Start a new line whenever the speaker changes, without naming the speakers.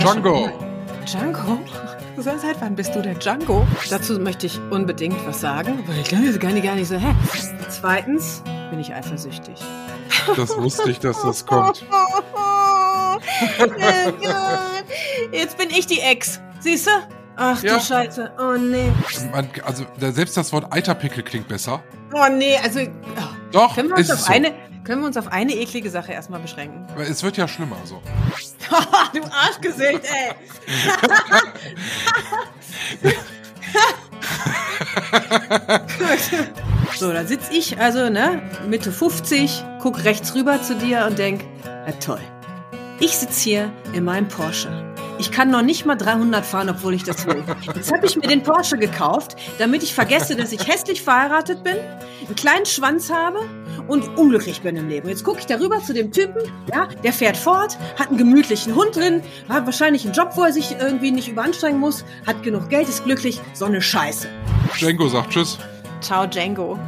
Django.
Django? Sonst halt, wann bist du der Django? Dazu möchte ich unbedingt was sagen, weil ich kann jetzt gar nicht, gar nicht so, hä? Zweitens bin ich eifersüchtig.
Das wusste ich, dass das kommt.
Oh Gott. Jetzt bin ich die Ex. Siehst du? Ach
Ja.
du Scheiße. Oh nee.
Man, also da- selbst das Wort Eiterpickel klingt besser.
Oh nee, also. ah.
Doch,
Können wir, uns
ist es
auf
so.
eine, können wir uns auf eine eklige Sache erstmal beschränken?
Weil Es wird ja schlimmer so.
du Arschgesicht, ey! so, dann sitz ich also, ne, Mitte 50, guck rechts rüber zu dir und denk, na toll. Ich sitz hier in meinem Porsche. Ich kann noch nicht mal 300 fahren, obwohl ich das will. Jetzt habe ich mir den Porsche gekauft, damit ich vergesse, dass ich hässlich verheiratet bin, einen kleinen Schwanz habe und unglücklich bin im Leben. Jetzt gucke ich darüber zu dem Typen, ja, der fährt fort, hat einen gemütlichen Hund drin, hat wahrscheinlich einen Job, wo er sich irgendwie nicht überanstrengen muss, hat genug Geld, ist glücklich, so eine Scheiße.
Django sagt Tschüss.
Ciao, Django.